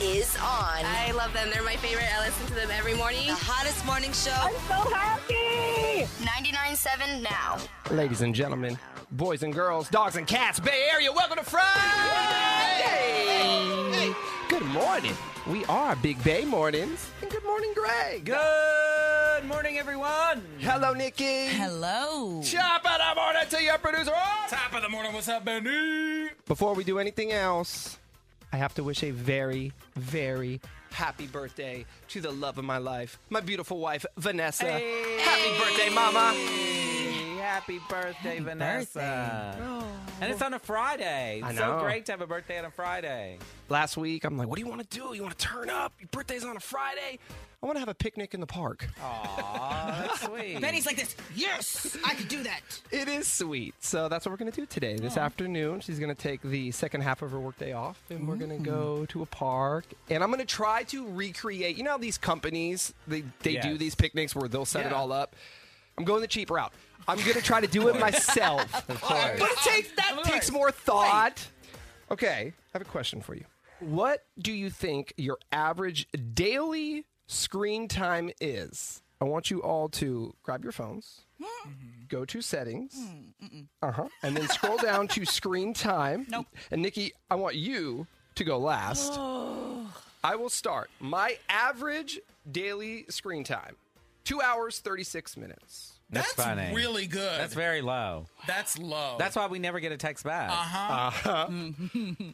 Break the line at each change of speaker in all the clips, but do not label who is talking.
is on.
I love them. They're my favorite. I listen to them every morning.
The hottest morning show.
99.7 now.
Ladies and gentlemen, boys and girls, dogs and cats, Bay Area, welcome to Friday! Good morning. We are Big Bay Mornings. And good morning, Greg.
Good morning, everyone.
Hello, Nikki.
Hello.
Chop of the morning to your producer. Oh!
Top of the morning. What's up, Benny?
Before we do anything else, I have to wish a very, very happy birthday to the love of my life, my beautiful wife, Vanessa. Happy birthday, Mama.
Happy birthday, Vanessa. And it's on a Friday.
I
It's
know.
So great to have a birthday on a Friday.
last week. I'm like, what do you want to do? You want to turn up? Your birthday's on a Friday. I want to have a picnic in the park.
Aw, that's sweet.
Benny's like this. Yes, I can do that.
It is sweet. So that's what we're going to do today. This afternoon, she's going to take the second half of her workday off and we're going to go to a park. And I'm going to try to recreate. You know how these companies, they, they do
Yes.
these picnics where they'll set it
Yeah.
all up? I'm going the cheap route. I'm going to try to do it myself.
Of course.
But it takes that takes more thought. Okay, I have a question for you. What do you think your average daily screen time is? I want you all to grab your phones,
Mm-hmm.
go to settings,
Mm,
uh huh, and then scroll down to screen time. Nope. And Nikki, I want you to go last. I will start. My average daily screen time: two hours thirty six minutes.
That's funny.
really good.
That's
That's,
very low.
low.
That's why we never get a text back. Uh-huh.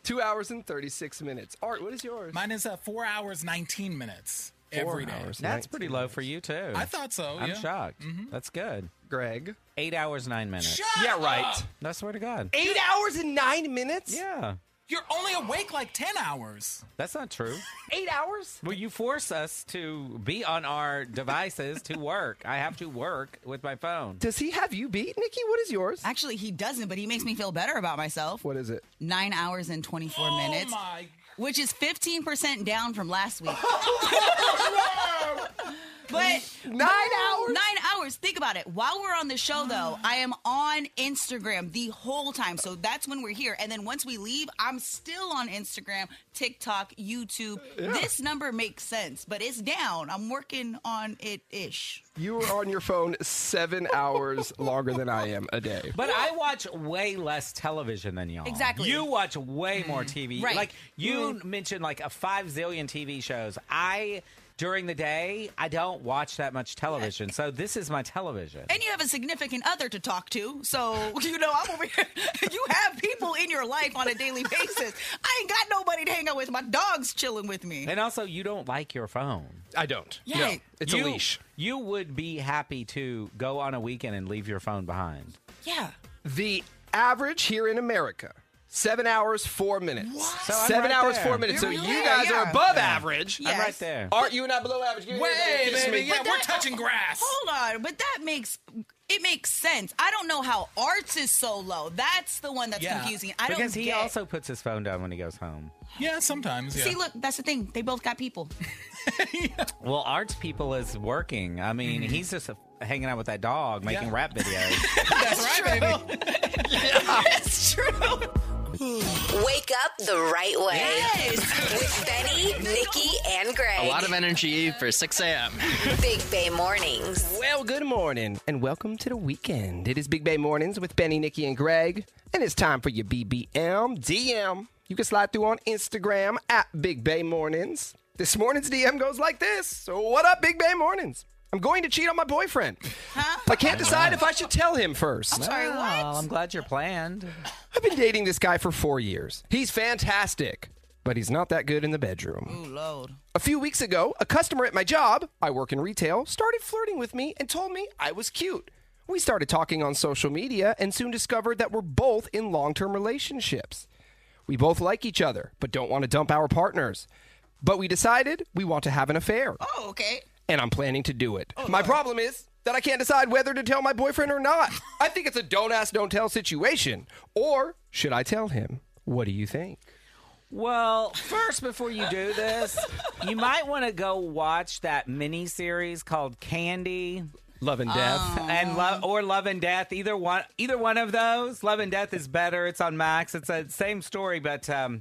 Two hours and thirty six minutes. Art, what is yours?
mine is uh, four hours nineteen minutes every day.
That's pretty low for you, too.
I thought so.
I'm
yeah.
shocked. That's good.
Greg.
Eight hours, nine minutes.
Shut
Yeah,
up.
right.
I swear to God.
Eight hours and nine minutes?
Yeah.
You're only awake like ten hours.
That's not true.
Eight hours?
Well, you force us to be on our devices to work. I have to work with my phone.
Does he have you beat, Nikki? What is yours?
Actually, he doesn't, but he makes me feel better about myself.
What is it?
Nine hours and 24 minutes,
Oh my.
which is 15% down from last week. but
Nine hours?
Nine hours. Think about it. While we're on the show, though, I am on Instagram the whole time. So that's when we're here. And then once we leave, I'm still on Instagram, TikTok, YouTube. This number makes sense, but it's down. I'm working on it ish.
You were on your phone seven hours longer than I am a day.
But I watch way less television than y'all.
Exactly. Mm.
You watch way more TV.
Right. Mm.
Like you mentioned, like a five zillion TV shows. I during the day, I don't watch that much television. So this is my television.
And you have a significant other to talk to. So, you know, I'm over here. you have people in your life on a daily basis. I ain't got nobody to hang out with. My dog's chilling with me.
And also, you don't like your phone.
I don't.
Yeah.
No, it's
you,
a leash.
You would be happy to go on a weekend and leave your phone behind.
Yeah.
The average here in America. Seven hours, four minutes.
So I'm
Seven
right
hours,
there.
four minutes. so
You're
you
right
guys
there,
are
yeah.
above average.
Yeah.
I'm right
Yes. Oh,
there.
Art, you and I below average. Give me
Way,
a kiss
baby.
me.
Yeah, we're touching grass.
Hold on, but that makes it makes sense. I don't know how arts is so low. That's the one that's
Yeah.
confusing. I don't
Because he
get-
also puts his phone down when he goes home.
Yeah, sometimes. Yeah.
See, look, that's the thing. They both got people.
Well, arts people is working. I mean,
Mm-hmm.
he's just uh, hanging out with that dog, making
Yeah.
rap videos.
That's right, baby.
That's true. Oh,
Wake up the right way
Yes.
with Benny, Nikki, and Greg.
A lot of energy for 6 a.m.
Big Bay mornings.
Well, good morning and welcome to the weekend. It is Big Bay Mornings with Benny, Nikki, and Greg, and it's time for your BBM DM. You can slide through on Instagram at Big Bay Mornings. This morning's DM goes like this So, what up, Big Bay Mornings? I'm going to cheat on my boyfriend. I can't decide if I should tell him first.
Sorry, what?
Well, I'm glad you're planned.
I've been dating this guy for four years. He's fantastic, but he's not that good in the bedroom.
Ooh, load.
A few weeks ago, a customer at my job, I work in retail, started flirting with me and told me I was cute. We started talking on social media and soon discovered that we're both in long term relationships. We both like each other, but don't want to dump our partners. But we decided we want to have an affair,
Oh, okay.
and I'm planning to do it. my problem is that I can't decide whether to tell my boyfriend or not. I think it's a don't ask, don't tell situation. Or should I tell him? What do you think?
Well, first, before you do this, you might want to go watch that mini series called Candy
Love and death.
and Love or Love and Death. Either one, either one of those. Love and Death is better. It's on Max. It's the same story, but um,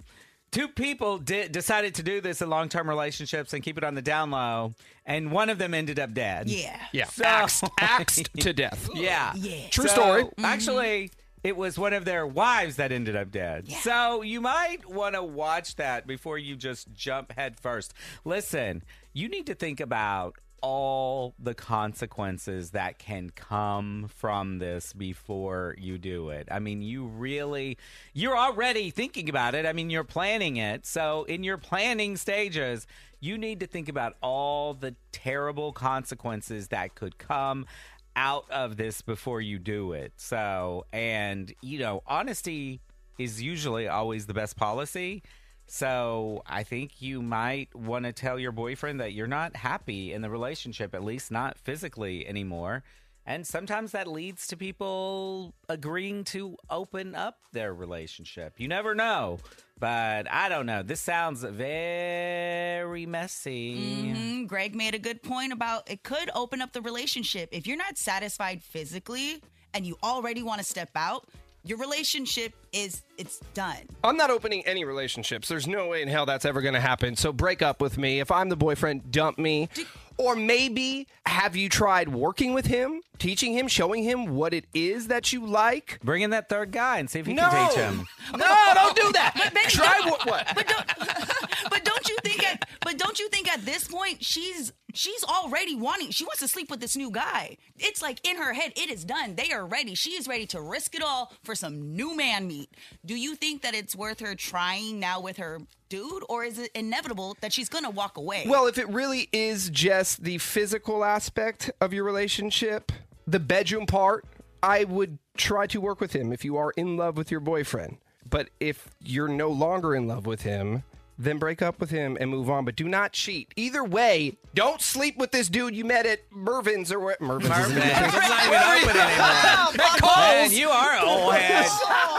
two people di- decided to do this in long term relationships and keep it on the down low, and one of them ended up dead.
Yeah.
Yeah,
So-
axed, axed to death.
Yeah.
Yeah.
True
So,
story.
Actually, it was one of their wives that ended up dead. So you might want to watch that before you just jump head first. Listen, you need to think about all the consequences that can come from this before you do it. I mean, you really you're already thinking about it. I mean, you're planning it. So in your planning stages, you need to think about all the terrible consequences that could come out of this before you do it. So, and you know, honesty is usually always the best policy. So, I think you might want to tell your boyfriend that you're not happy in the relationship, at least not physically anymore. And sometimes that leads to people agreeing to open up their relationship. You never know. But I don't know. This sounds very messy.
Mm, Greg made a good point about it could open up the relationship. If you're not satisfied physically and you already want to step out, your relationship is it's done.
I'm not opening any relationships. There's no way in hell that's ever going to happen. So break up with me. If I'm the boyfriend, dump me. Or maybe have you tried working with him, teaching him, showing him what it is that you like?
Bring in that third guy and see if you
No,
can teach him.
no, don't do that. Try what? what?
But don't but don't you think at but don't you think at this point she's she's already wanting she wants to sleep with this new guy. It's like in her head it is done. They are ready. She is ready to risk it all for some new man meat. Do you think that it's worth her trying now with her dude or is it inevitable that she's going to walk away?
Well, if it really is just the physical aspect of your relationship, the bedroom part, I would try to work with him if you are in love with your boyfriend. But if you're no longer in love with him, then break up with him and move on. But do not cheat. Either way, don't sleep with this dude you met at Mervin's or what? Mervin's. isn't
Mervin's.
even-
It's not even open anymore.
At Kohl's.
Man, you are an old head.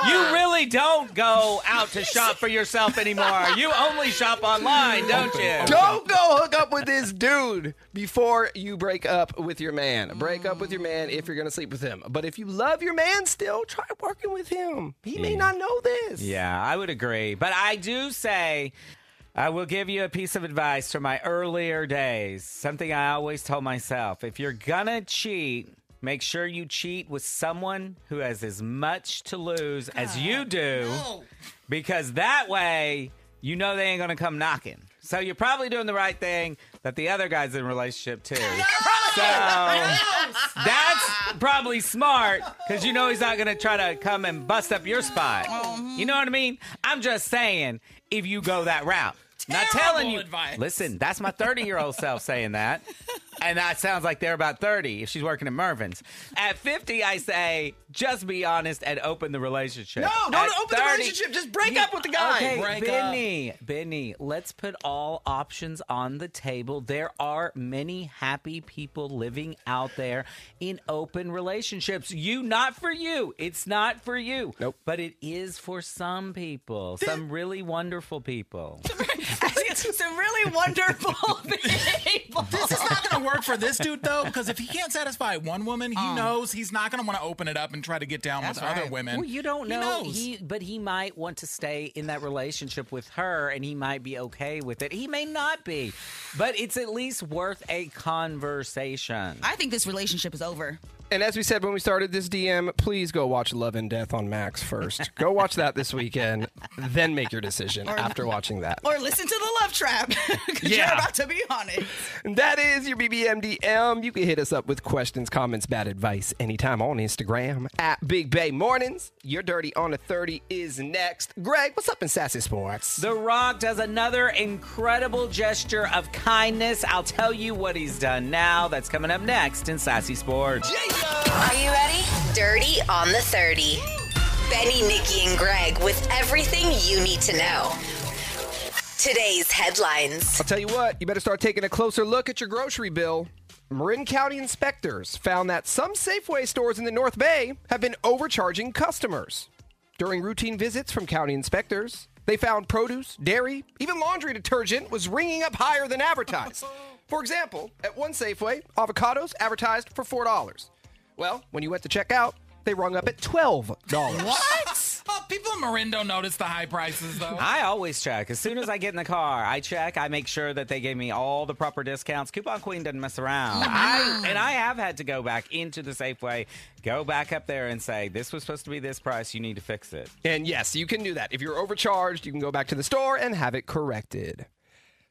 You really don't go out to shop for yourself anymore. You only shop online, don't you?
Don't go hook up with this dude before you break up with your man. Break up with your man if you're going to sleep with him. But if you love your man still, try working with him. He may not know this.
Yeah, I would agree. But I do say I will give you a piece of advice from my earlier days. Something I always told myself. If you're gonna cheat, make sure you cheat with someone who has as much to lose as you do. Because that way you know they ain't gonna come knocking. So you're probably doing the right thing that the other guy's in a relationship too. So that's probably smart because you know he's not going to try to come and bust up your spot.
Mm-hmm.
You know what I mean? I'm just saying if you go that route. not
Terrible
telling you.
advice.
Listen, that's my 30 year old self saying that. And that sounds like they're about 30 if she's working at Mervin's. At 50, I say just be honest and open the relationship.
No, don't
At
open the relationship. Just break up with the guy.
Okay,
Break up.
Benny, Benny, let's put all options on the table. There are many happy people living out there in open relationships. You, not for you. It's not for you.
Nope.
But it is for some people, some really wonderful people.
some really wonderful people.
This is not going to work for this dude though, because if he can't satisfy one woman, he knows he's not going to want to open it up and try to get down with
Um. That's right.
other women.
Well, you don't
He
know.
knows.
He, but he might want to stay in that relationship with her, and he might be okay with it. He may not be, but it's at least worth a conversation.
I think this relationship is over.
And as we said when we started this DM, please go watch Love and Death on Max first. go watch that this weekend, then make your decision after watching that.
Or listen to the love trap. 'cause
Yeah.
You're about to be on it.
And That is your BBMDM. You can hit us up with questions, comments, bad advice anytime on Instagram at Big Bay Mornings. Your Dirty on a 30 is next. Greg, what's up in Sassy Sports?
The Rock does another incredible gesture of kindness. I'll tell you what he's done now. That's coming up next in Sassy Sports.
Are you ready? Dirty on the 30. Benny, Nikki, and Greg with everything you need to know. Today's headlines.
I'll tell you what, you better start taking a closer look at your grocery bill. Marin County inspectors found that some Safeway stores in the North Bay have been overcharging customers. During routine visits from county inspectors, they found produce, dairy, even laundry detergent was ringing up higher than advertised. For example, at one Safeway, avocados advertised for $4. Well, when you went to check out, they rung up at $12.
What? Oh, people will Morindo notice the high prices though?
I always check. As soon as I get in the car, I check. I make sure that they gave me all the proper discounts. Coupon Queen doesn't mess around. I and I have had to go back into the Safeway, go back up there and say, This was supposed to be this price, you need to fix it.
And yes, you can do that. If you're overcharged, you can go back to the store and have it corrected.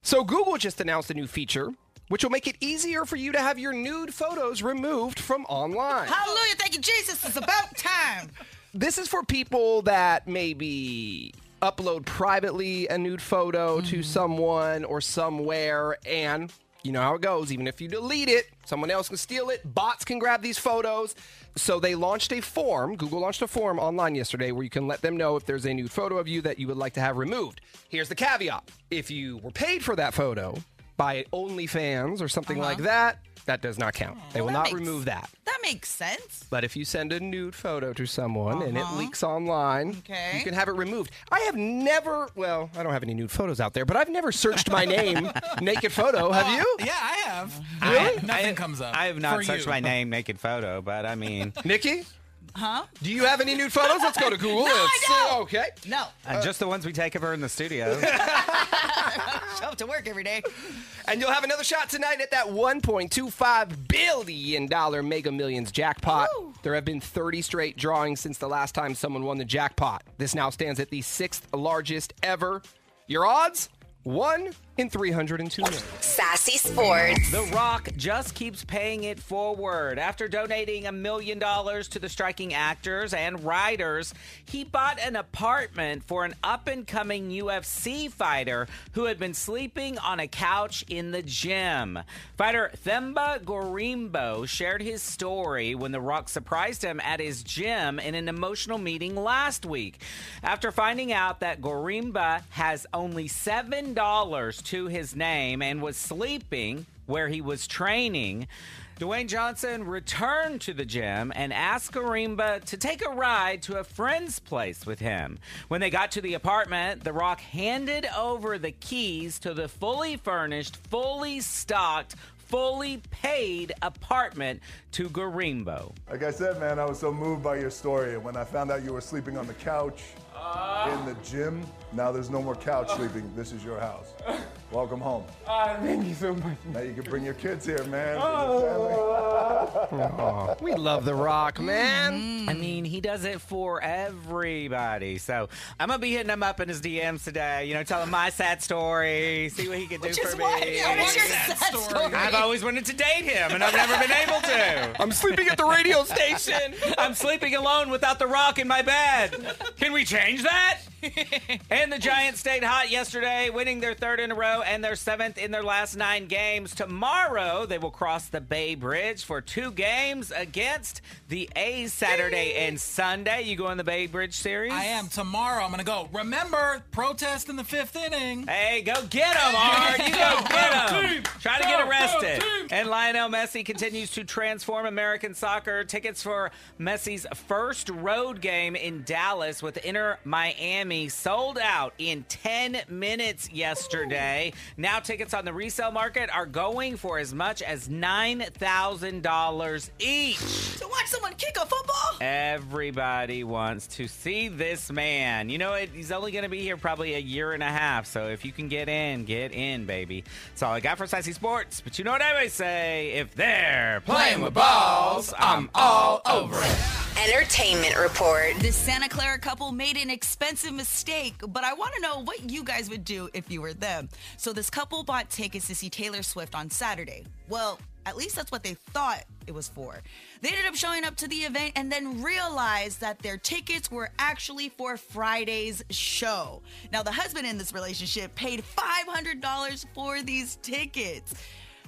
So, Google just announced a new feature which will make it easier for you to have your nude photos removed from online.
Hallelujah. Thank you, Jesus. It's about time.
This is for people that maybe upload privately a nude photo
Mm-hmm.
to someone or somewhere and you know how it goes even if you delete it someone else can steal it bots can grab these photos so they launched a form google launched a form online yesterday where you can let them know if there's a nude photo of you that you would like to have removed here's the caveat if you were paid for that photo by onlyfans or something like that that does not count they will
Uh-huh. that
not
makes-
remove that
That makes sense.
but if you send a nude photo to someone and it leaks online,
Uh-huh. Okay.
you can have it removed. I have never, well, I don't have any nude photos out there, but I've never searched my name naked photo. Have
Uh,
you?
Yeah, I have.
Really?
I- nothing
I-
comes up.
I have not
for
searched
you.
my name naked photo, but I mean
Nikki?
Huh?
Do you have any nude photos? Let's go to Google.
I
Let's see.
don't.
Okay.
No.
uh, just the ones we take of her in the studio.
Show up to work every day.
And you'll have another shot tonight at that $1.25 billion Mega Millions jackpot. There have been 30 straight drawings since the last time someone won the jackpot. This now stands at the sixth largest ever. Your odds? 1 in 302 million.
Sassy Sports.
The Rock just keeps paying it forward. After donating a million dollars to the striking actors and writers, he bought an apartment for an up and coming UFC fighter who had been sleeping on a couch in the gym. Fighter Themba Gorimbo shared his story when The Rock surprised him at his gym in an emotional meeting last week. After finding out that Gorimba has only $7 to his name and was sleeping, where he was training. Dwayne Johnson returned to the gym and asked Karimba to take a ride to a friend's place with him. When they got to the apartment, The Rock handed over the keys to the fully furnished, fully stocked, fully paid apartment to Garimbo.
Like I said, man, I was so moved by your story. And when I found out you were sleeping on the couch
Ah.
in the gym, now there's no more couch sleeping. This is your house. Welcome home.
Ah, Thank you so much.
Now you can bring your kids here, man.
Oh. We love The Rock, man.
Hmm.
I mean, he does it for everybody. So I'm gonna be hitting him up in his DMs today. You know, tell him my sad story, see what he can do
Which is
for
what?
me.
What is your
Sad
sad
story.
story?
I've always wanted to date him, and I've never been able to.
I'm sleeping at the radio station.
I'm sleeping alone without the rock in my bed. Can we change that? and the Giants stayed hot yesterday, winning their third in a row and their seventh in their last nine games. Tomorrow, they will cross the Bay Bridge for two games against the A's Saturday and Sunday. You go in the Bay Bridge series?
I am tomorrow. I'm gonna go. Remember, protest in the fifth inning.
Hey, go get him, Art. You go get him. Try to get arrested. And Lionel Messi continues to transform American soccer. Tickets for Messi's first road game in Dallas with Inter Miami sold out in 10 minutes yesterday. Now tickets on the resale market are going for as much as $9,000 each.
To watch someone kick a football?
Everybody wants to see this man. You know, it, he's only going to be here probably a year and a half. So if you can get in, get in, baby. That's all I got for Sassy Sports. But you know what I always say if they're playing with balls, I'm all over it.
Entertainment Report.
The Santa Clara couple made an expensive mistake, but I want to know what you guys would do if you were them. So, this couple bought tickets to see Taylor Swift on Saturday. Well, at least that's what they thought it was for. They ended up showing up to the event and then realized that their tickets were actually for Friday's show. Now, the husband in this relationship paid $500 for these tickets.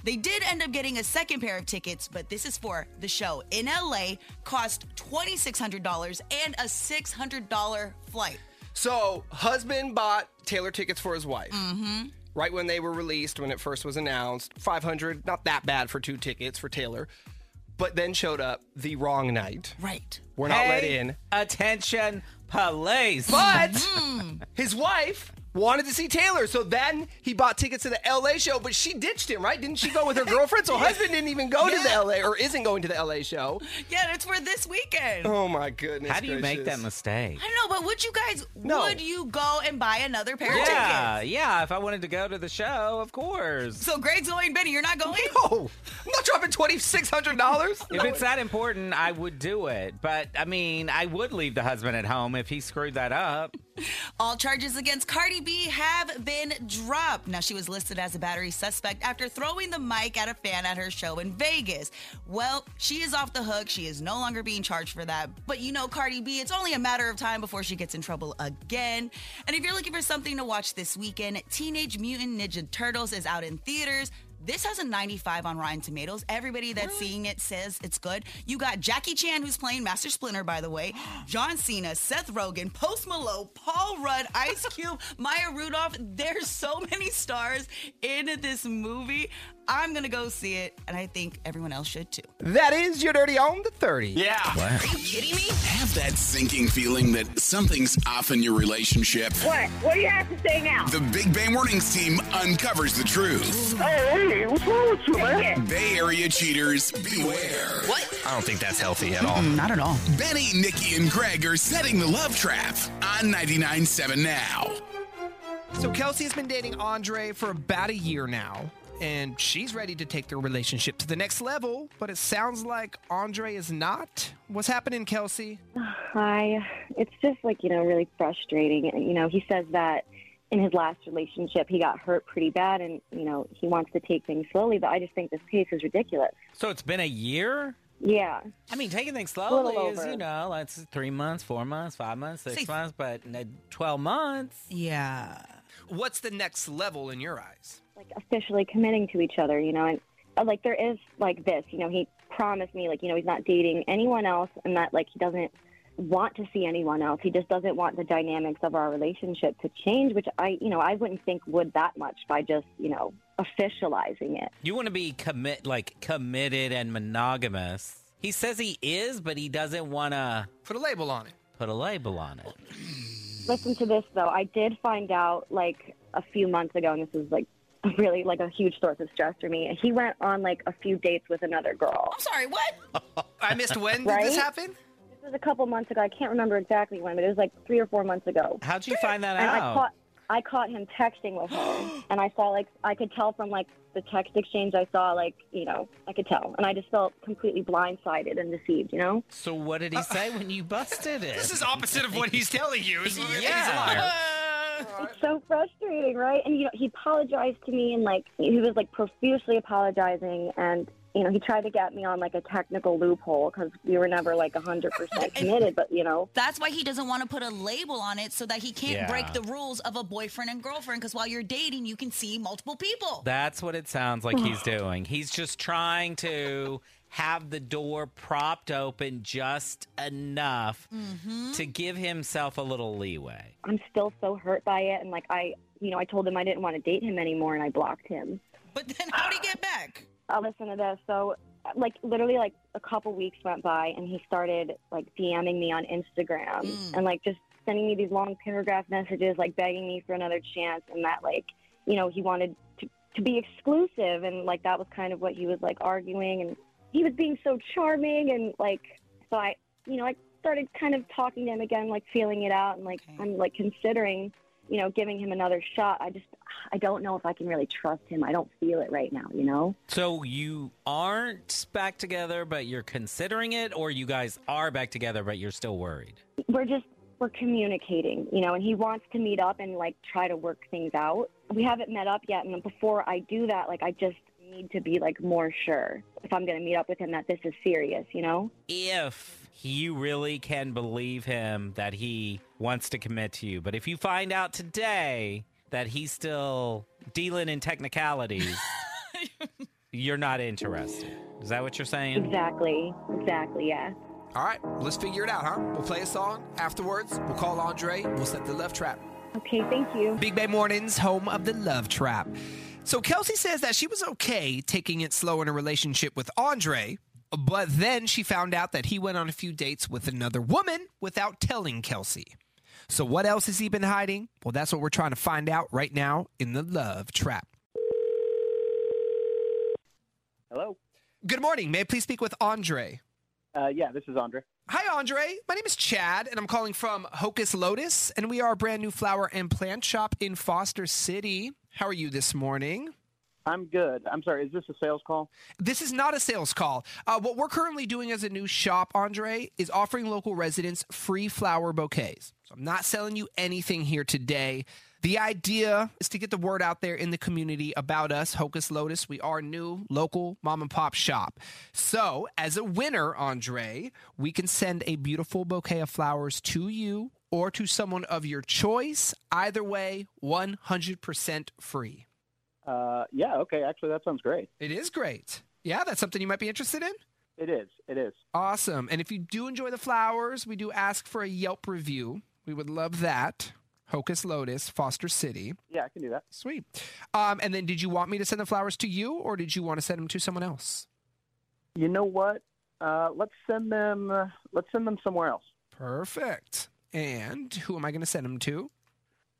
They did end up getting a second pair of tickets, but this is for the show in LA, cost $2,600 and a $600 flight.
So, husband bought Taylor tickets for his wife. Mm-hmm. Right when they were released, when it first was announced, 500, not that bad for two tickets for Taylor, but then showed up the wrong night.
Right.
We're not let
Pay
in.
Attention, police.
But his wife wanted to see Taylor. So then he bought tickets to the LA show, but she ditched him, right? Didn't she go with her girlfriend? So husband didn't even go to the LA or isn't going to the LA show.
Yeah, that's for this weekend.
Oh my goodness.
How do you make that
gracious.
mistake?
I don't know, but would you guys?
No.
Would you go and buy another pair of
Yeah,
tickets?
yeah. If I wanted to go to the show, of course.
So Greg's going, Benny. You're not going.
Oh, I'm not dropping twenty six hundred dollars.
If it's that important, I would do it. But I mean, I would leave the husband at home if he screwed that up.
All charges against Cardi B have been dropped. Now, she was listed as a battery suspect after throwing the mic at a fan at her show in Vegas. Well, she is off the hook. She is no longer being charged for that. But you know, Cardi B, it's only a matter of time before she gets in trouble again. And if you're looking for something to watch this weekend, Teenage Mutant Ninja Turtles is out in theaters. This has a 95 on Rotten Tomatoes. Everybody that's seeing it says it's good. You got Jackie Chan, who's playing Master Splinter, by the way, John Cena, Seth Rogen, Post Malone, Paul Rudd, Ice Cube, Maya Rudolph. There's so many stars in this movie. I'm going to go see it, and I think everyone else should too.
That is your dirty on the thirty.
Yeah.
Are you kidding me?
Have that sinking feeling that something's off in your relationship.
What? What do you have to say now? Oh,
The Big Bang Warnings team uncovers the truth.
hey, what's wrong with you, man?
Bay Area cheaters, beware.
I don't think that's healthy at all.
Not at all.
Benny, Nikki, and Greg are setting the love trap on 99.7 now.
So Kelsey's been dating Andre for about a year now, and she's ready to take their relationship to the next level. But it sounds like Andre is not. What's happening, Kelsey?
Hi. It's just like, you know, really frustrating. You know, he says that in his last relationship, he got hurt pretty bad and, you know, he wants to take things slowly, but I just think this case is ridiculous.
So it's been a year.
Yeah.
I mean, taking things
little
slowly is,
over.
you know, that's three months, four months, five months, six
Six.
months, but uh, 12 months.
Yeah.
What's the next level in your eyes?
Like, officially committing to each other, you know, and uh, like there is like this, you know, he promised me, like, you know, he's not dating anyone else and that, like, he doesn't want to see anyone else. He just doesn't want the dynamics of our relationship to change, which I, you know, I wouldn't think would that much by just, you know, officializing it.
You want to be commit, like committed and monogamous. He says he is, but he doesn't want to
Put a label on it.
put a label on it.
Listen to this though. I did find out like a few months ago, and this is like really like a huge source of stress for me. He went on like a few dates with another girl.
I'm sorry, what?
I missed when did
Right?
this happen?
This was a couple months ago. I can't remember exactly when, but it was like three or four months ago.
How'd you find that
And I
out?
caught I caught him texting with her, and I saw like I could tell from like the text exchange. I saw like you know I could tell, and I just felt completely blindsided and deceived. You know.
so what
Uh,
did he say when you busted it?
This is opposite of what he's telling you.
yeah.
It's so frustrating, right? And you know, he apologized to me and like he was like profusely apologizing and you know, he tried to get me on like a technical loophole because we were never like 100% committed, but you know,
That's why he doesn't want to put a label on it so that he can't
Yeah.
break the rules of a boyfriend and girlfriend because while you're dating, you can see multiple people.
That's what it sounds like he's doing. He's just trying to have the door propped open just enough
Mm-hmm.
to give himself a little leeway.
I'm still so hurt by it. And like, I, you know, I told him I didn't want to date him anymore and I blocked him.
But then how'd he get back?
I'll listen to this. So, like, literally, like a couple weeks went by, and he started like DMing me on Instagram
Mm.
and like just sending me these long paragraph messages, like begging me for another chance, and that like, you know, he wanted to to be exclusive, and like that was kind of what he was like arguing, and he was being so charming, and like, so I, you know, I started kind of talking to him again, like feeling it out, and like
Okay.
I'm like considering. You know, giving him another shot. I just, I don't know if I can really trust him. I don't feel it right now, you know?
So you aren't back together, but you're considering it, or you guys are back together, but you're still worried.
we're just we're communicating, you know, and he wants to meet up and like try to work things out. We haven't met up yet, and before I do that, like I just need to be like more sure if I'm going to meet up with him that this is serious, you know?
If you really can believe him that he wants to commit to you, but if you find out today that he's still dealing in technicalities, you're not interested. Is that what you're saying?
Exactly. Exactly, yeah.
All right, let's figure it out, huh? We'll play a song afterwards. We'll call Andre. We'll set the love trap.
Okay, thank you.
Big Bay Mornings, home of the love trap. So Kelsey says that she was okay taking it slow in a relationship with Andre, but then she found out that he went on a few dates with another woman without telling Kelsey. So, what else has he been hiding? Well, that's what we're trying to find out right now in the love trap.
Hello.
Good morning. May I please speak with Andre?
Uh, yeah, this is Andre.
Hi, Andre. My name is Chad, and I'm calling from Hocus Lotus, and we are a brand new flower and plant shop in Foster City. How are you this morning?
I'm good. I'm sorry. Is this a sales call?
This is not a sales call. Uh, what we're currently doing as a new shop, Andre, is offering local residents free flower bouquets. So I'm not selling you anything here today. The idea is to get the word out there in the community about us, Hocus Lotus. We are new, local mom and pop shop. So, as a winner, Andre, we can send a beautiful bouquet of flowers to you or to someone of your choice. Either way, 100% free.
Uh, yeah. Okay. Actually, that sounds great.
It is great. Yeah, that's something you might be interested in.
It is. It is.
Awesome. And if you do enjoy the flowers, we do ask for a Yelp review. We would love that. Hocus Lotus, Foster City.
Yeah, I can do that.
Sweet. Um, and then did you want me to send the flowers to you or did you want to send them to someone else?
You know what? Uh, let's send them. Uh, let's send them somewhere else.
Perfect. And who am I going to send them to?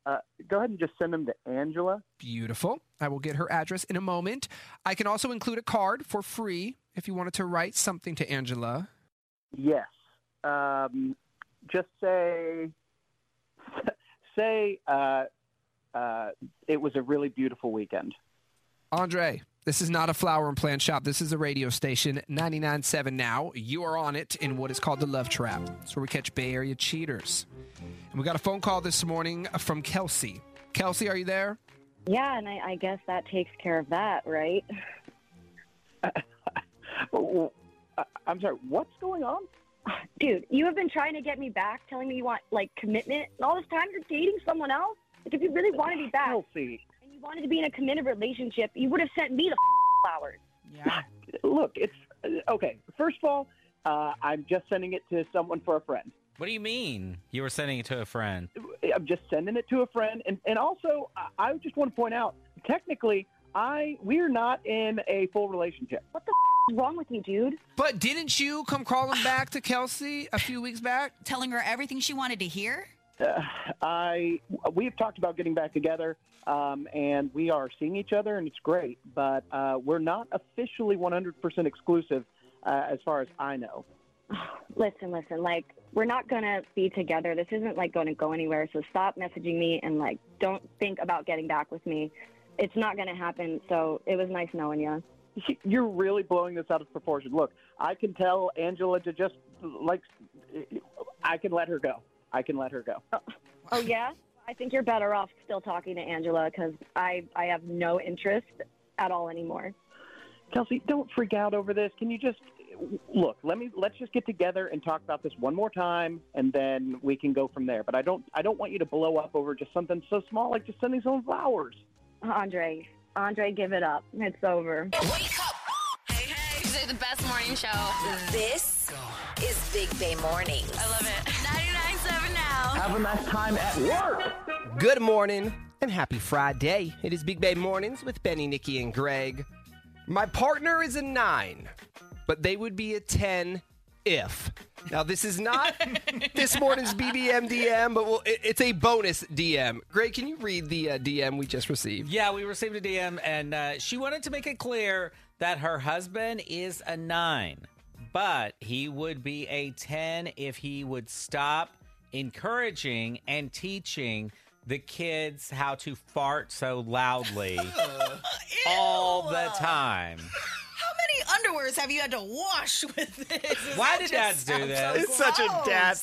Uh, go ahead and just send them to Angela.
Beautiful. I will get her address in a moment. I can also include a card for free if you wanted to write something to Angela.
Yes. Um, just say, say uh, uh, it was a really beautiful weekend.
Andre, this is not a flower and plant shop. This is a radio station, 99.7 now. You are on it in what is called the Love Trap. It's where we catch Bay Area cheaters. And we got a phone call this morning from Kelsey. Kelsey, are you there?
Yeah, and I, I guess that takes care of that, right?
Oh, oh, I- I'm sorry. What's going on?
Dude, you have been trying to get me back, telling me you want like commitment, and all this time you're dating someone else. Like, if you really wanted to be back and you wanted to be in a committed relationship, you would have sent me the flowers.
Yeah.
Look, it's uh, okay. First of all, uh, I'm just sending it to someone for a friend.
What do you mean? You were sending it to a friend.
I'm just sending it to a friend, and and also I- I just want to point out, technically, I we're not in a full relationship. What the
is wrong with you, dude?
But didn't you come crawling back to Kelsey a few weeks back?
Telling her everything she wanted to hear?
Uh, I we have talked about getting back together, um, and we are seeing each other, and it's great. But uh, we're not officially 100% exclusive, uh, as far as I know.
Listen, listen, like we're not gonna be together. This isn't like gonna go anywhere. So stop messaging me and like don't think about getting back with me. It's not gonna happen. So it was nice knowing you.
You're really blowing this out of proportion. Look, I can tell Angela to just like I can let her go. I can let her go.
Oh yeah, I think you're better off still talking to Angela because I I have no interest at all anymore.
Kelsey, don't freak out over this. Can you just look? Let me let's just get together and talk about this one more time, and then we can go from there. But I don't I don't want you to blow up over just something so small like just sending someone flowers.
Andre, Andre, give it up. It's over.
These are the best morning show.
This is Big Bay Mornings. I love it.
99.7 now.
Have a nice time at work. Good morning and happy Friday. It is Big Bay Mornings with Benny, Nikki, and Greg. My partner is a nine, but they would be a 10 if. Now, this is not this morning's BBM DM, but well, it, it's a bonus DM. Greg, can you read the uh, DM we just received?
Yeah, we received a DM, and uh, she wanted to make it clear that her husband is a nine, but he would be a 10 if he would stop encouraging and teaching the kids how to fart so loudly
Oh.
all the time.
How many underwears have you had to wash with this? This
Why
all
did
just
dads do
sounds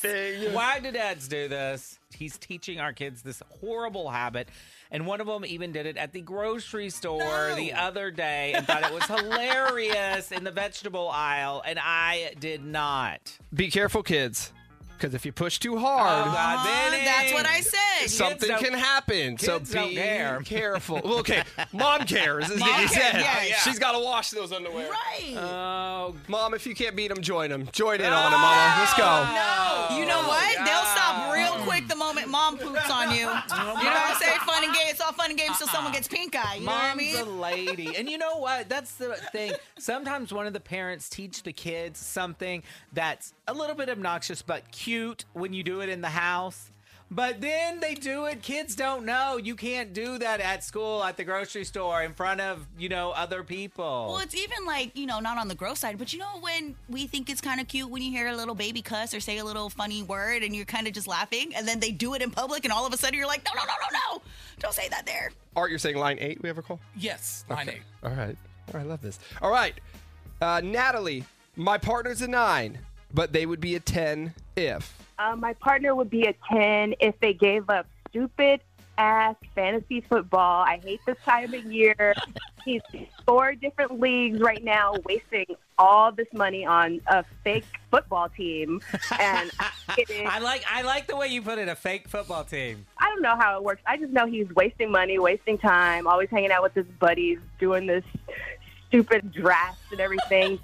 this?
so gross.
Why do dads do this? He's teaching our kids this horrible habit. And one of them even did it at the grocery store the other day and thought it was hilarious in the vegetable aisle. And I did not.
Be careful, kids, because if you push too hard,
Oh, God, Benny.
That's what I said.
something
Kids don't-
can happen. So
kids don't
be
care.
careful. Well, okay, mom cares. Is
Mom
what he
cares,
said.
yeah, yeah.
She's got to wash those underwear.
Right.
Oh,
mom, if you can't beat them, join them. Join in on them, mama. Let's go.
Oh,
You know what? They'll stop real quick the moment mom poops on you. You know what I'm saying? Fun and games. It's all fun and games till someone gets pink eye. You know what I
Uh-uh. Mom's
mean?
a lady. And you know what? That's the thing. Sometimes one of the parents teach the kids something that's a little bit obnoxious but cute when you do it in the house. But then they do it. Kids don't know. You can't do that at school, at the grocery store, in front of, you know, other people.
Well, it's even like, you know, not on the gross side, but you know when we think it's kind of cute when you hear a little baby cuss or say a little funny word and you're kind of just laughing and then they do it in public and all of a sudden you're like, no, no, no, no, no. Don't say that there.
Art, you're saying line eight. We have a call.
Yes, line
Okay.
eight.
All right. All right. I love this. All right. Uh, Natalie, my partner's a nine, but they would be a 10 if.
Uh, my partner would be a 10 if they gave up stupid ass fantasy football. I hate this time of year. He's four different leagues right now, wasting all this money on a fake football team. And
I like I like the way you put it, a fake football team.
I don't know how it works. I just know he's wasting money, wasting time, always hanging out with his buddies, doing this stupid draft and everything.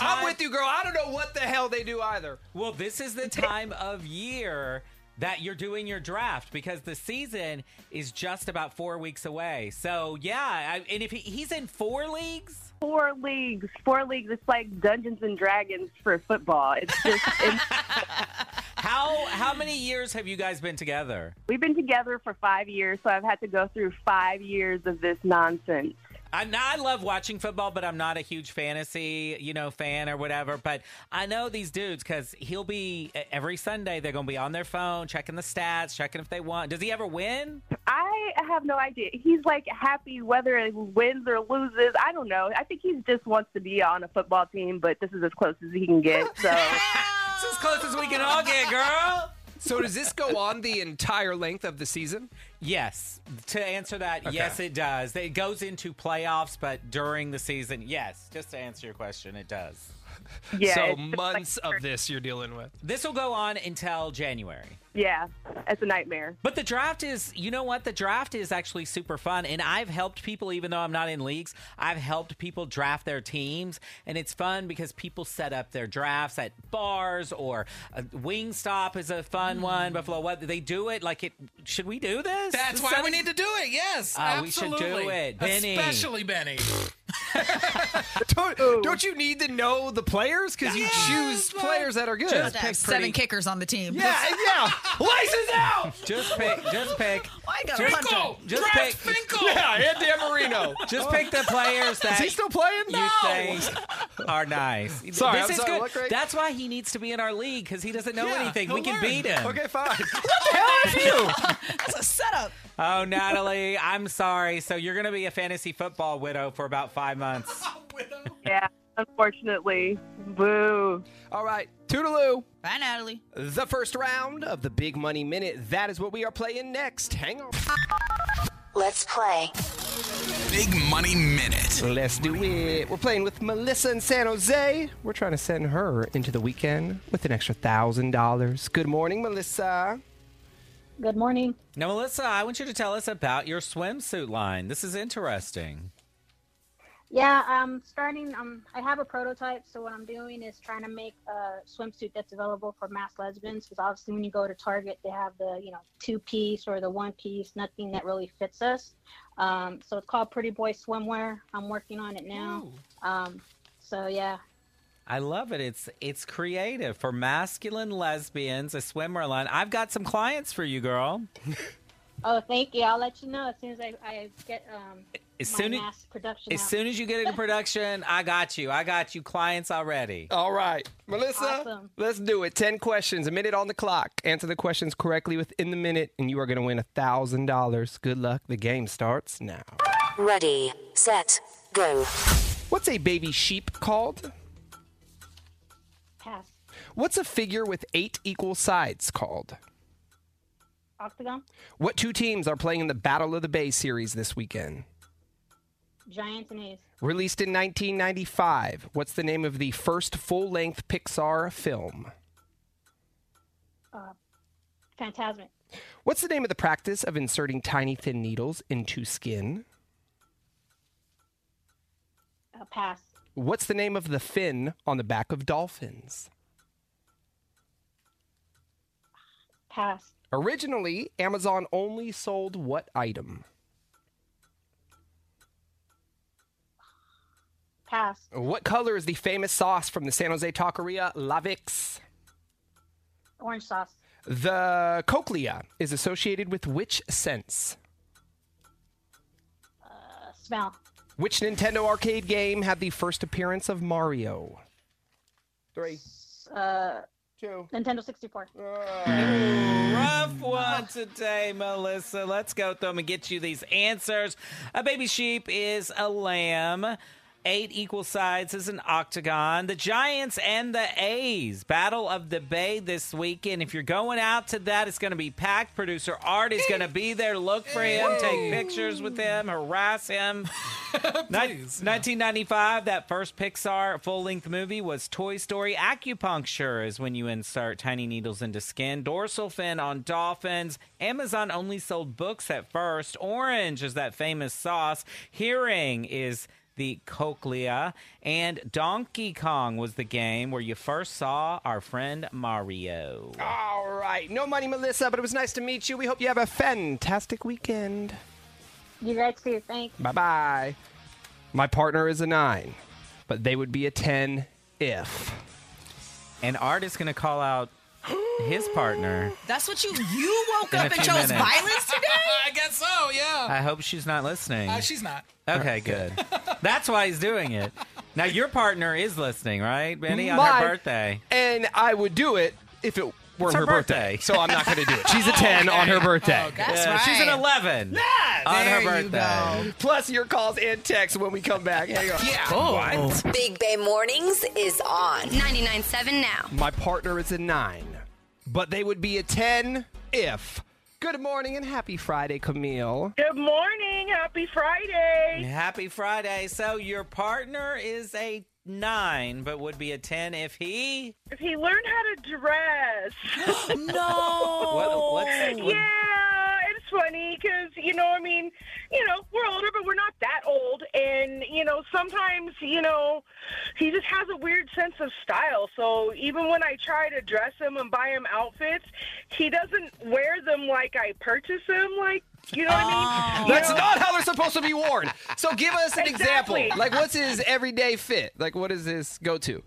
I'm with you, girl. I don't know what the hell they do either.
Well, this is the time of year that you're doing your draft because the season is just about four weeks away. So yeah, I, and if he, he's in four leagues,
Four leagues, four leagues. It's like Dungeons and Dragons for football. It's just
how how many years have you guys been together?
We've been together for five years, so I've had to go through five years of this nonsense.
I'm not, I love watching football, but I'm not a huge fantasy, you know, fan or whatever. But I know these dudes because he'll be e, every Sunday. They're going to be on their phone checking the stats, checking if they won. Does he ever win?
I have no idea. He's like happy whether it wins or loses. I don't know. I think he just wants to be on a football team, but this is as close as he can get. So
It's as close as we can all get, girl.
So does this go on the entire length of the season?
Yes. To answer that,
Okay.
yes, it does. It goes into playoffs, but during the season, yes. Just to answer your question, it does.
so months of this you're dealing with.
This will go on until January.
yeah, it's a nightmare.
But the draft is, you know what? The draft is actually super fun. And I've helped people, even though I'm not in leagues, I've helped people draft their teams. And it's fun because people set up their drafts at bars or uh, Wingstop is a fun
Hmm.
one. Buffalo, what? They do it like it. Should we do this?
That's
This
why
sounds-
we need to do it. Yes,
Uh, we should do
absolutely.
it. Benny.
Especially Benny.
don't, don't you need to know the players? Because you choose players that are good.
Just have seven kickers on the team.
Yeah, yeah. Laces out.
Just pick. Just pick.
I got
Just-
a punter.
Just pick.
Yeah, and Damarino.
Just pick the players that
Is he Oh. still playing?
you think are nice.
Sorry,
this
I'm
is
sorry,
good.
what, Greg?
That's why he needs to be in our league because he doesn't know
Yeah,
anything. We
he'll learn.
can beat him.
Okay, fine. What the hell is you?
That's a setup.
Oh, Natalie, I'm sorry. So you're going to be a fantasy football widow for about five months.
Yeah, unfortunately. Boo.
All right. Toodaloo.
Bye, Natalie.
The first round of the Big Money Minute. That is what we are playing next. Hang on.
Let's play.
Big Money Minute. Let's do it. We're playing with Melissa in San Jose. We're trying to send her into the weekend with an extra thousand dollars. Good morning, Melissa.
Good morning.
Now, Melissa, I want you to tell us about your swimsuit line. This is interesting.
Yeah, um, starting. Um, I have a prototype, so what I'm doing is trying to make a swimsuit that's available for mass lesbians. Because obviously, when you go to Target, they have the you know two piece or the one piece, nothing that really fits us. Um, so it's called Pretty Boy Swimwear. I'm working on it now. Um, so yeah,
I love it. It's it's creative for masculine lesbians, a swimwear line. I've got some clients for you, girl.
Oh, thank you. I'll let you know as soon as I, I get um,
As
my
soon as-
mass production.
As
out.
soon as you get into production, I got you. I got you clients already.
All right. Melissa,
Awesome.
let's do it. 10 questions, a minute on the clock. Answer the questions correctly within the minute, and you are going to win $1,000. Good luck. The game starts now.
Ready, set, go.
What's a baby sheep called?
Pass.
What's a figure with eight equal sides called?
Octagon,
What two teams are playing in the Battle of the Bay series this weekend?
Giants and A's.
Released in 1995, what's the name of the first full length Pixar film?
Uh, Phantasmic.
What's the name of the practice of inserting tiny thin needles into skin?
Uh, pass.
What's the name of the fin on the back of dolphins?
Pass.
Originally, Amazon only sold what item?
Pass.
What color is the famous sauce from the San Jose taqueria La Vix?
Orange sauce.
The cochlea is associated with which sense?
Uh, smell.
Which Nintendo arcade game had the first appearance of Mario? Three.
Uh, Nintendo 64.
Rough one today, Melissa. Let's go through them and get you these answers. A baby sheep is a lamb. Eight equal sides is an octagon. The Giants and the A's. Battle of the Bay this weekend. If you're going out to that, it's going to be packed. Producer Art is going to be there. Look for him. Take pictures with him. Harass him. Nin- 1995, that first Pixar full length movie was Toy Story. Acupuncture is when you insert tiny needles into skin. Dorsal fin on dolphins. Amazon only sold books at first. Orange is that famous sauce. Hearing is the cochlea. And Donkey Kong was the game where you first saw our friend Mario.
All right. No money, Melissa, but it was nice to meet you. We hope you have a fantastic weekend.
You guys too. Thanks.
Bye bye. My partner is a nine, but they would be a 10 if.
And Art is going to call out his partner.
That's what you you woke
In a
up and
few
chose
minutes.
violence today.
I guess so. Yeah.
I hope she's not listening.
Uh, she's not.
Okay, good. That's why he's doing it. Now your partner is listening, right, Benny, on
My-
her birthday.
And I would do it if it weren't
her
her, birthday.
birthday. Oh,
So I'm not going to do it. She's a 10 on her birthday.
Yeah, She's an 11 on her
There you
birthday.
Plus your calls and texts when we come back. Hang on.
Yeah.
What?
Big Bay Mornings is on.
99.7 now.
My partner is a nine, but they would be a 10 if. Good morning and happy Friday, Camille.
Good morning. Happy Friday.
Happy Friday. So your partner is a 9 but would be a 10 if he
If he learned how to dress.
no.
What- what's- what-
Yeah, Uh, it's funny because, you know, I mean, you know, we're older, but we're not that old. And, you know, sometimes, you know, he just has a weird sense of style. So even when I try to dress him and buy him outfits, he doesn't wear them like I purchase them. Like, you know what I mean? You
That's
know?
not how they're supposed to be worn. So give us an
Exactly.
example. Like, what's his everyday fit? Like, what is his go to?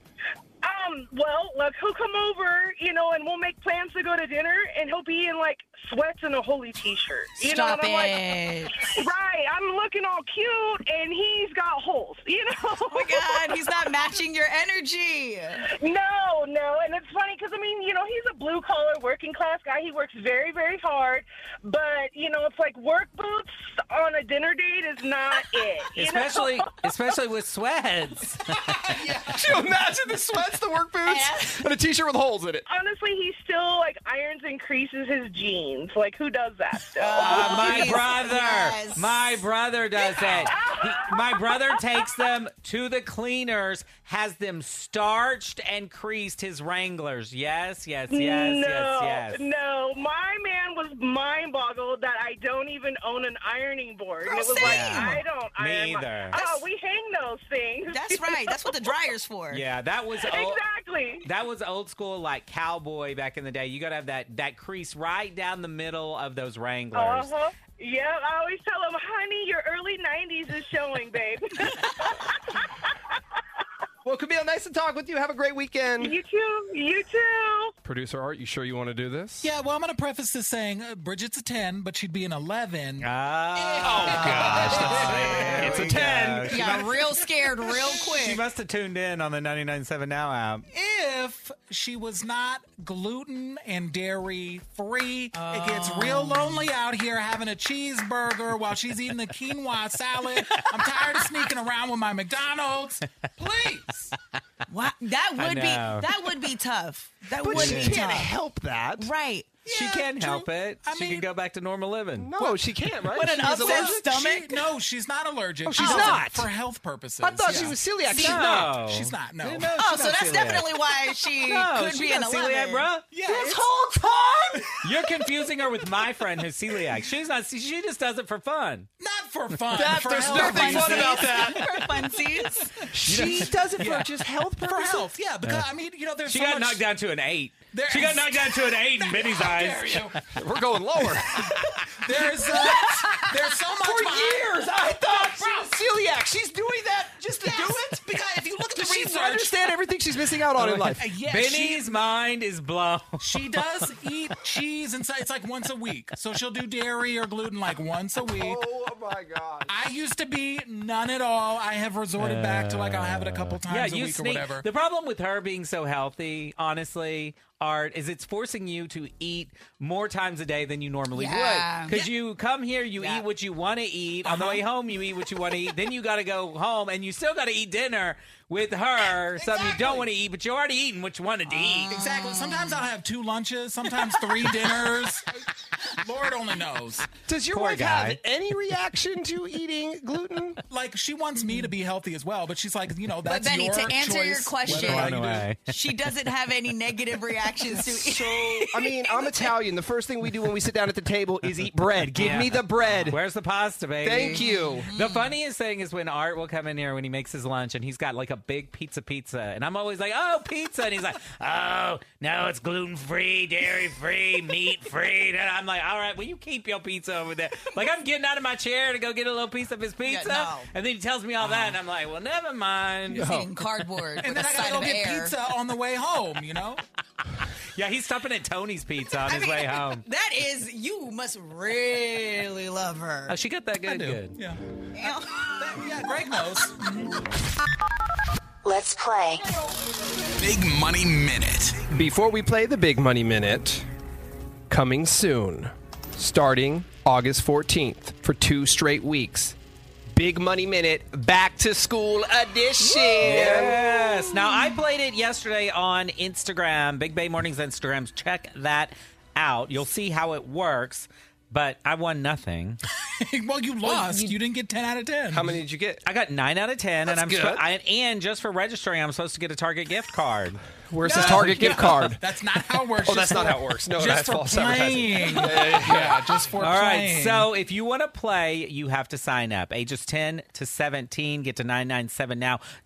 Um, well, look, he'll come over, you know, and we'll make plans to go to dinner, and he'll be in like sweats and a holy t-shirt. You
Stop
know, and
it.
I'm like, right? I'm looking all cute, and he's got holes. You know? oh my
God, he's not matching your energy.
No, no, and it's funny because I mean, you know, he's a blue collar, working class guy. He works very, very hard, but you know, it's like work boots on a dinner date is not it. you know?
especially especially with sweats.
Could you imagine the sweats, the work boots, and a t shirt with holes in it?
Honestly, he still like irons and creases his jeans. Like, who does that still?
Uh,
Oh,
my brother, my brother does that. He- my brother takes them to the cleaners, has them starched and creased his Wranglers. Yes, yes, yes,
no,
yes, yes.
No, my man was mind boggled that I don't even own an ironing board. And it was like,
same.
I don't
Me
iron. my-
either.
oh, we hang those things.
That's right. That's what the dryer's for.
Yeah, that was
Oh.
old,
Exactly.
that was old school like cowboy back in the day. You got to have that that crease right down the middle of those Wranglers.
Uh-huh. Yeah, I always tell him, honey, your early 90s is showing, babe.
Well, Camille, nice to talk with you. Have a great weekend.
you too. You too.
Producer Art, you sure you want to do this?
Yeah, well, I'm going to preface this saying uh, Bridget's a 10, but she'd be an 11.
Ah, Oh. It's a 10.
He got real scared real quick.
She must have tuned in on the 99.7 Now app.
if she was not gluten and dairy free. It gets
Oh.
real lonely out here having a cheeseburger while she's eating the quinoa salad. I'm tired of sneaking around with my McDonald's. Please.
Wow, that
I
would be
know.
that would be tough. That
But
would
she
be tough.
can't
help that.
Right.
she can help it. she can go back to normal living.
No, she can't, right?
What an
She is
upset
allergic?
She- no, she's not allergic.
Oh, she's
She doesn't
not.
For health purposes.
I thought she was celiac. She's not.
She's not, no.
oh, so that's definitely why she
No,
could
she
be an
not
11.
celiac, bruh.
Yeah,
this
it's-
whole time?
You're confusing her with my friend who's celiac. She's not. She just does it for fun.
Not for fun.
That-
for
there's
health
nothing fun
reasons.
about that.
For funsies.
She
does it
for just health
purposes?
For health, yeah. Because
Yeah.
I mean, you know, there's
She
so
got
much-
knocked down to an eight.
There-
She got knocked down to an eight in Benny's
dare
eyes.
you.
We're going lower.
There's uh, there's so much
For
behind-
years, I thought she was celiac. She's doing that just to do it.
Because if you look at the uh,
Does she understand everything she's missing out on in life.
Yeah,
Benny's mind is blown.
She does eat cheese, and so it's like once a week. So she'll do dairy or gluten like once a week.
Oh my god!
I used to be none at all. I have resorted back to like I'll have it a couple times a
you
week
sneak-
or whatever.
The problem with her being so healthy, honestly, Art, is it's forcing you to eat more times a day than you normally
Yeah.
would. Because you come here, you eat what you want to eat. On the way home, you eat what you want to eat. then you got to go home, and you still got to eat dinner with her, something you don't want to eat, but you're already eating what you wanted to eat.
Exactly. Sometimes I'll have two lunches, sometimes three dinners. Lord only knows.
Does your
Poor wife have guy.
any reaction to eating gluten?
Like she wants me to be healthy as well, but she's like, you know,
But
that's
Benny,
your
to answer your
choice
question,
whether I do-
she doesn't have any negative reactions to
So I mean, I'm Italian. The first thing we do when we sit down at the table is eat bread. Give
Yeah.
me the bread.
Where's the pasta, baby?
Thank you.
The funniest thing is when Art will come in here when he makes his lunch and he's got like a big pizza pizza. And I'm always like, oh, pizza. And he's like, oh, no, it's gluten free, dairy free, meat free. And I'm like, all right, well, you keep your pizza over there. Like, I'm getting out of my chair to go get a little piece of his pizza.
no.
And then he tells me all that.
Oh.
And I'm like, well, never mind.
He's eating cardboard with
And then
a
I
side
gotta go
of
get
air.
pizza on the way home, you know?
yeah, he's stopping at Tony's Pizza on his way home.
That is, you must really love her.
Oh, she got that good.
I do.
good.
Yeah. yeah, Greg knows.
Let's play.
Big Money Minute.
Before we play the Big Money Minute, coming soon, starting August 14th for two straight weeks. Big Money Minute Back to School Edition.
Yes. Now I played it yesterday on Instagram, Big Bay Mornings Instagrams. Check that out. You'll see how it works. But I won nothing.
well, you lost. you, didn't get 10 out of 10. How
many did you get?
I got nine out of ten,
That's
and I'm
good.
spo- I, and just for registering, I'm supposed to get a Target gift card.
Where's the Target gift card?
That's not how it works.
Oh, that's
Just
not
for-
how it works. No,
just
that's
for
false
playing.
advertising. Yeah, yeah, yeah.
Yeah, just for
All right,
playing.
so if you want to play, you have to sign up. Ages 10 to 17, get to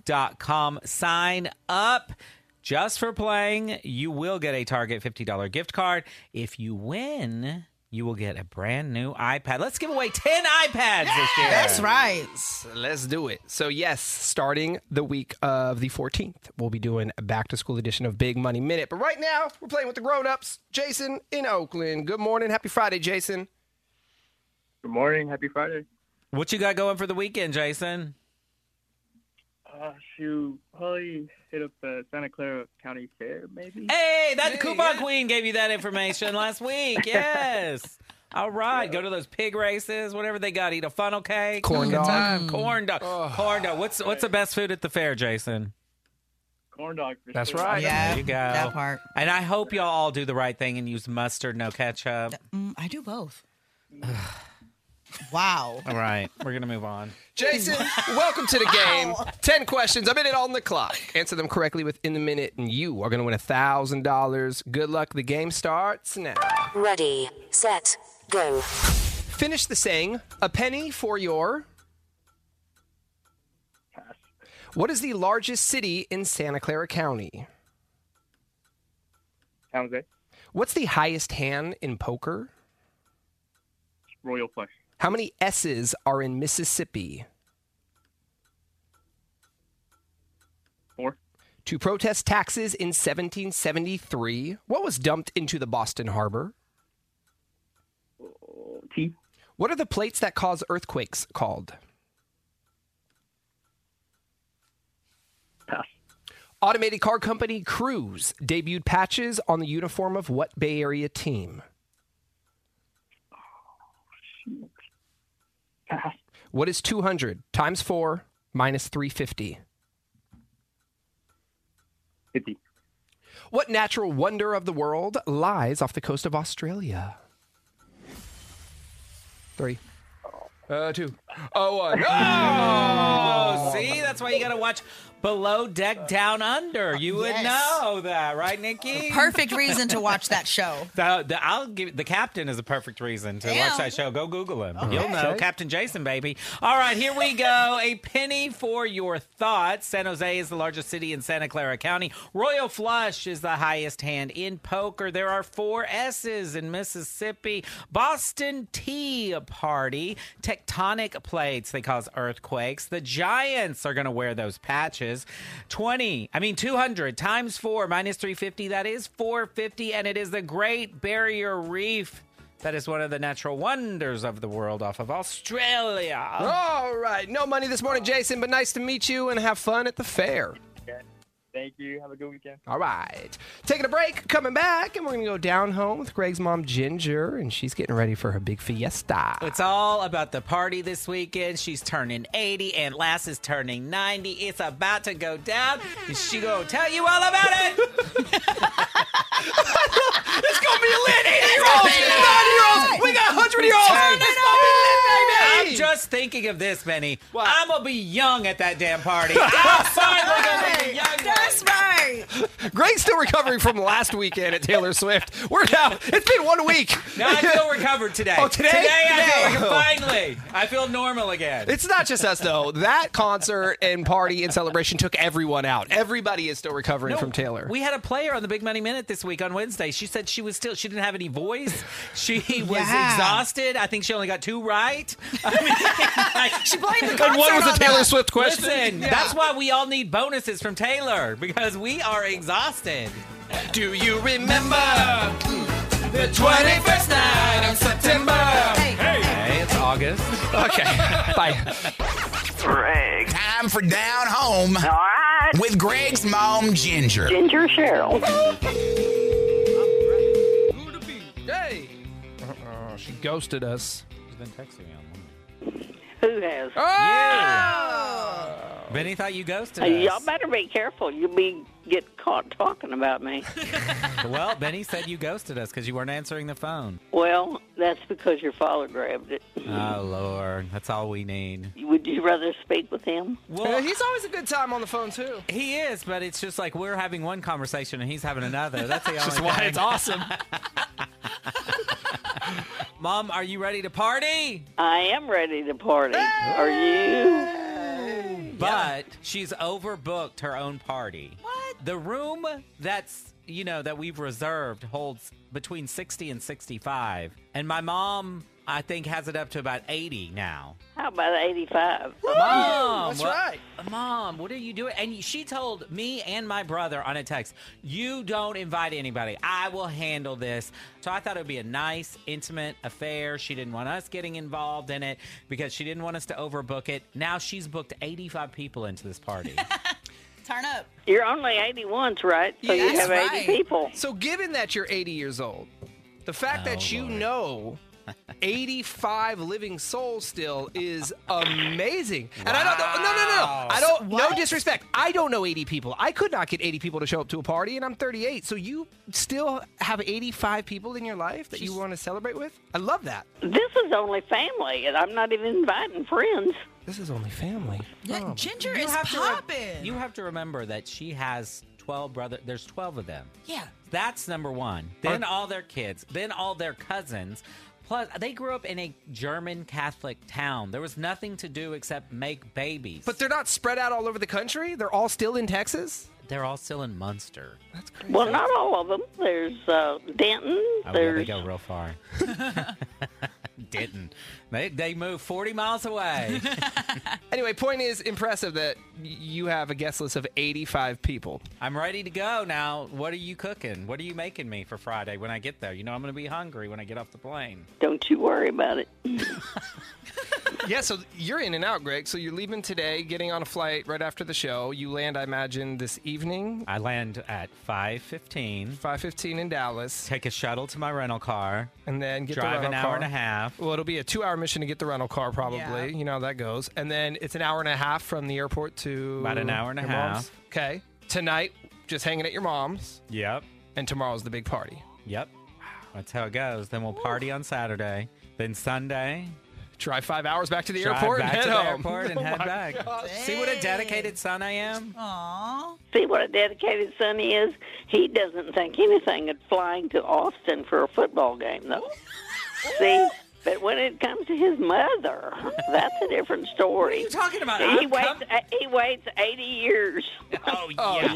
997now.com. Sign up just for playing. You will get a Target $50 gift card. If you win, you will get a brand new iPad. Let's give away 10 iPads this year.
That's right.
Let's do it. So, yes, starting the week of the 14th, we'll be doing a back to school edition of Big Money Minute. But right now, we're playing with the grown ups. Jason in Oakland. Good morning. Happy Friday, Jason.
Good morning. Happy Friday.
What you got going for the weekend, Jason?
Uh, shoot, probably hit up the Santa Clara County Fair, maybe.
Hey, that coupon queen gave you that information last week. Yes. All right, go to those pig races, whatever they got. Eat a funnel cake,
Corn
Good
dog.
time. corn dog, corn dog. What's what's the best food at the fair, Jason?
Corn dog. For
That's
sure.
right.
Yeah,
there you go.
that part.
And I hope y'all all do the right thing and use mustard, no ketchup.
Mm, I do both. wow.
All right, we're gonna move on.
Jason, welcome to the game. 10 questions, a minute on the clock. Answer them correctly within the minute, and you are going to win $1,000. Good luck. The game starts now.
Ready, set, go.
Finish the saying a penny for your. What is the largest city in Santa Clara County?
San Jose,
What's the highest hand in poker?
Royal Flush.
How many S's are in Mississippi?
Four.
To protest taxes in 1773, what was dumped into the Boston Harbor?
Tea.
What are the plates that cause earthquakes called?
Pass.
Automated car company Cruise debuted patches on the uniform of what Bay Area team?
Pass.
What is 200 times 4 minus 350?
Fifty.
What natural wonder of the world lies off the coast of Australia? Three. Uh, two. Oh, one.
Oh, see, that's why you gotta watch Below Deck Down Under. You would
Yes.
know that, right, Nikki?
Perfect reason to watch that show.
The, the, I'll give the captain is a perfect reason to
Damn.
watch that show. Go Google him.
Okay.
You'll know Captain Jason, baby. All right, here we go. A penny for your thoughts. San Jose is the largest city in Santa Clara County. Royal Flush is the highest hand in poker. There are four S's in Mississippi. Boston Tea Party. Tectonic plates, they cause earthquakes. The Giants are going to wear those patches. 20, I mean, 200 times 4 minus 350, that is 450, and it is the Great Barrier Reef. That is one of the natural wonders of the world off of Australia.
All right. No money this morning, Jason, but nice to meet you and have fun at the fair.
Thank you. Have a good weekend.
All right. Taking a break, coming back, and we're going to go down home with Greg's mom, Ginger, and she's getting ready for her big fiesta.
It's all about the party this weekend. She's turning 80 and Lass is turning 90. It's about to go down. And she gonna tell you all about it.
it's gonna be lit. 80 year olds, 90 year olds. We got 100 year olds.
Turn
It's gonna be lit, baby.
I'm just thinking of this, Benny. I'm gonna be young at that damn party. I'm finally gonna be young.
That's right.
Greg's still recovering from last weekend at Taylor Swift. We're now, it's been one week.
No, I feel recovered today.
Oh, today?
I feel
No.
finally. I feel normal again.
It's not just us though. That concert and party and celebration took everyone out. Everybody is still recovering
No,
from Taylor.
We had a player on the Big Money Minute this week on Wednesday. She said she was still she didn't have any voice. She was
Yeah.
exhausted. I think she only got two right. I mean, like, she
the And one concert was a on Taylor that. Swift question.
Listen,
Yeah.
that's why we all need bonuses from Taylor because we are exhausted.
Do you remember
the
21st night of September?
Hey, hey. it's August.
Okay, bye.
Greg. Time for Down Home. All right. With Greg's mom, Ginger.
Ginger
Cheryl.
Hey. Uh-uh, she ghosted us.
She's been texting me on
Who has?
Oh!
one. Benny thought you ghosted
Uh, y'all
us.
better be careful. You'll be get caught talking about me.
well, Benny said you ghosted us because you weren't answering the phone.
well, that's because your father grabbed it.
Oh Lord, that's all we need.
Would you rather speak with him?
Well, he's always a good time on the phone too.
He is, but it's just like we're having one conversation and he's having another. That's the only
Just why
thing.
it's awesome.
Mom, are you ready to party?
I am ready to party. Are you?
But she's overbooked her own party. What? The room that's you know that we've reserved holds between sixty and sixty-five, and my mom I think has it up to about eighty now.
How about 85?
Mom, what- Mom, what are you doing? And she told me and my brother on a text, "You don't invite anybody. I will handle this." So I thought it would be a nice, intimate affair. She didn't want us getting involved in it because she didn't want us to overbook it. Now she's booked 85 people into this party.
Turn up.
You're only 81s, right? So you have 80 people.
So, given that you're 80 years old, the fact that you know 85 living souls still is amazing. And I don't know. No, no, no. I don't. No disrespect. I don't know 80 people. I could not get 80 people to show up to a party, and I'm 38. So you still have 85 people in your life that you want to celebrate with. I love that.
This is only family, and I'm not even inviting friends.
This is only family.
Yeah,
Ginger
Oh. You
is
have to re-
popping.
you have to remember that she has 12 brother. There's 12 of them.
Yeah.
That's number one. Then all their kids. Then all their cousins. Plus, they grew up in a German Catholic town. There was nothing to do except make babies.
But they're not spread out all over the country. They're all still in Texas.
They're all still in Munster.
Well, not all of them. There's uh, Denton.
Oh, yeah, they
There's
go real far. Didn't. They, they moved 40 miles away.
Anyway, point is impressive that y- you have a guest list of 85 people.
I'm ready to go now. What are you cooking? What are you making me for Friday when I get there? You know, I'm going to be hungry when I get off the plane.
Don't you worry about it.
yeah, so you're in and out, Greg. So you're leaving today, getting on a flight right after the show. You land, I imagine, this evening.
I land at 5:15.
5:15 in Dallas.
Take a shuttle to my rental car
and then get
drive
the rental
an hour
car.
and a half.
Well, it'll be a two-hour mission to get the rental car, probably.
Yeah.
You know how that goes. And then it's an hour and a half from the airport to
About an hour and a
your mom's.
half.
Okay. Tonight, just hanging at your mom's.
Yep.
And tomorrow's the big party.
Yep. That's how it goes. Then we'll party on Saturday. Then Sunday.
Drive five hours back to the
drive
airport
back
and head
to the
home.
airport and
Oh
head
my
back. See what a dedicated son I am.
Aww.
See what a dedicated son he is? He doesn't think anything of flying to Austin for a football game, though. See? But when it comes to his mother, that's a different story. What are you
talking about?
He
I've
waits.
come-
uh, he waits eighty years.
Oh, yeah. oh,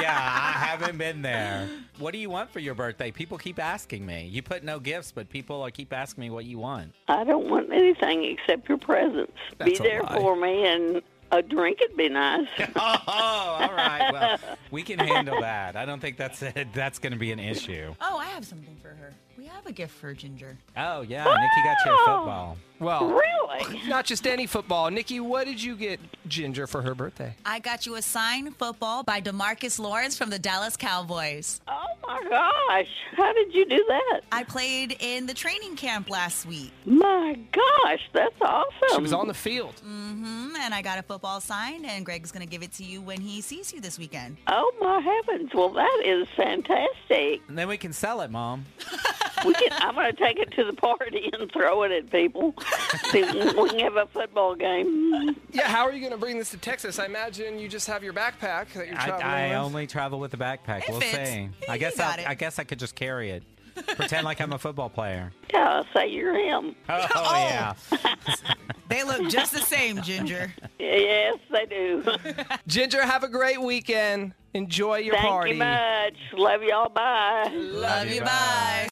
yeah. I haven't been there. What do you want for your birthday? People keep asking me. You put no gifts, but people are- keep asking me what you want.
I don't want anything except your presence.
That's
be
a
there
lie.
for me, and a drink would be nice.
oh, all right. Well, we can handle that. I don't think that's it. That's going to be an issue.
Oh, I have something for her. We have a gift for Ginger.
Oh, yeah. Nikki got you a football.
Well,
really?
Not just any football. Nikki, what did you get Ginger for her birthday?
I got you a signed football by Demarcus Lawrence from the Dallas Cowboys.
Oh my gosh, how did you do that?
I played in the training camp last week.
My gosh, that's awesome.
She was on the field.
hmm and I got a football signed, and Greg's going to give it to you when he sees you this weekend.
Oh my heavens! Well, that is fantastic.
And then we can sell it, Mom.
We can, I'm going to take it to the party and throw it at people. See, we can have a football game.
Yeah, how are you going to bring this to Texas? I imagine you just have your backpack that you're
I, um,
traveling
I
with.
only travel with a backpack.
It
we'll
fits.
see.
You
I guess
got
I,
it.
I guess I could just carry it. Pretend like I'm a football player.
Yeah, I'll say you're him.
Oh, yeah.
They look just the same, Ginger.
Yes, they do.
Ginger, have a great weekend. Enjoy your
Thank
party.
you much. Love y'all. Bye.
Love you. Bye.